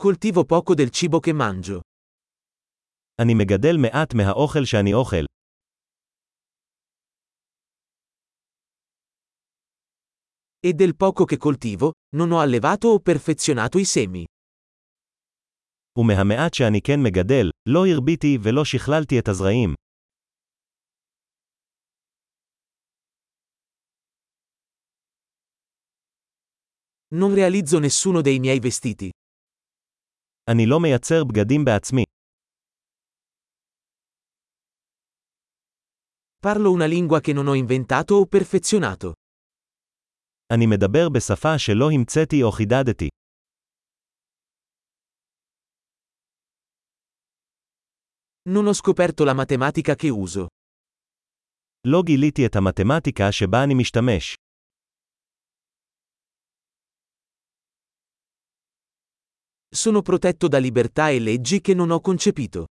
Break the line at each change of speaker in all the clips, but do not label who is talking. Coltivo poco del cibo che mangio.
אני מגדל מעט מהאוכל שאני אוכל.
E del poco che coltivo, non ho allevato o perfezionato i semi.
ומהמעט שאני כן מגדל, לא הרביתי ולא שכללתי את הזרעים.
Non realizzo nessuno dei miei vestiti.
אני לא מייצר בגדים בעצמי.
Parlo una lingua che non ho inventato o perfezionato.
אני מדבר בשפה שלא המצאתי או חידדתי.
Non ho scoperto la matematica che uso.
לא גיליתי את המתמטיקה שבה אני משתמש.
Sono protetto da libertà e leggi che non ho concepito.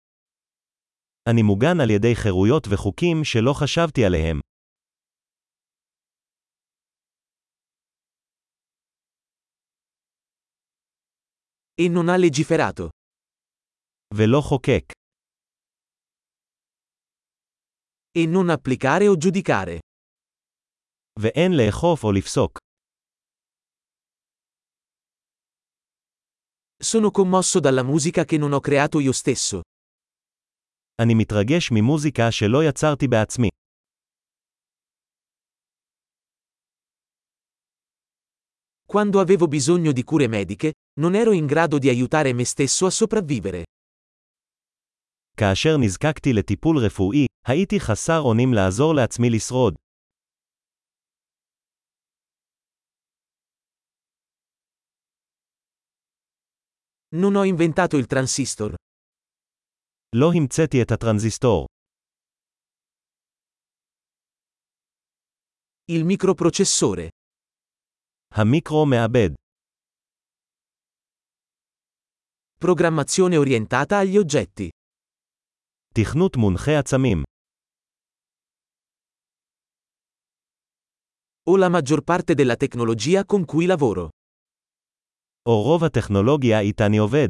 אני מוגן על ידי חירויות וחוקים שלא חשבתי עליהם.
E non ha legiferato.
ולא חוקק.
E non applicare o giudicare.
ואין לאכוף או לפסוק.
Sono commosso dalla musica che non ho creato io stesso.
אני מתרגש ממוזיקה שלא יצרתי בעצמי.
Quando avevo bisogno di cure mediche, non ero in grado di aiutare me stesso a sopravvivere.
כאשר נזקקתי לטיפול רפואי, הייתי חסר אונים לעזור לעצמי לשרוד.
Non ho inventato il transistor.
לא המצאתי את הטרנזיסטור.
Il microprocessore.
המיקרו מעבד.
Programmazione orientata agli oggetti.
תכנות מונחה עצמים.
Ho la maggior parte della tecnologia con cui lavoro.
או רוב הטכנולוגיה איתה אני עובד.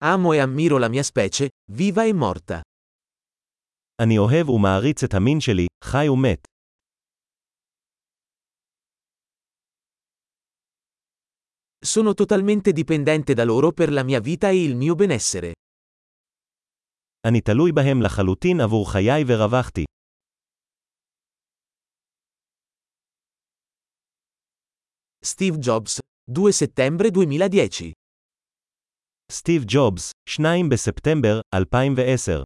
Amo e ammiro la mia specie, viva e morta.
אני אוהב ומעריץ את המין שלי, חי ומת.
Sono totalmente dipendente da loro per la mia vita e il mio benessere.
אני תלוי בהם לחלוטין עבור חיי ורווחתי.
Steve Jobs, 2 settembre 2010.
סטיב ג'ובס, 2 בספטמבר 2010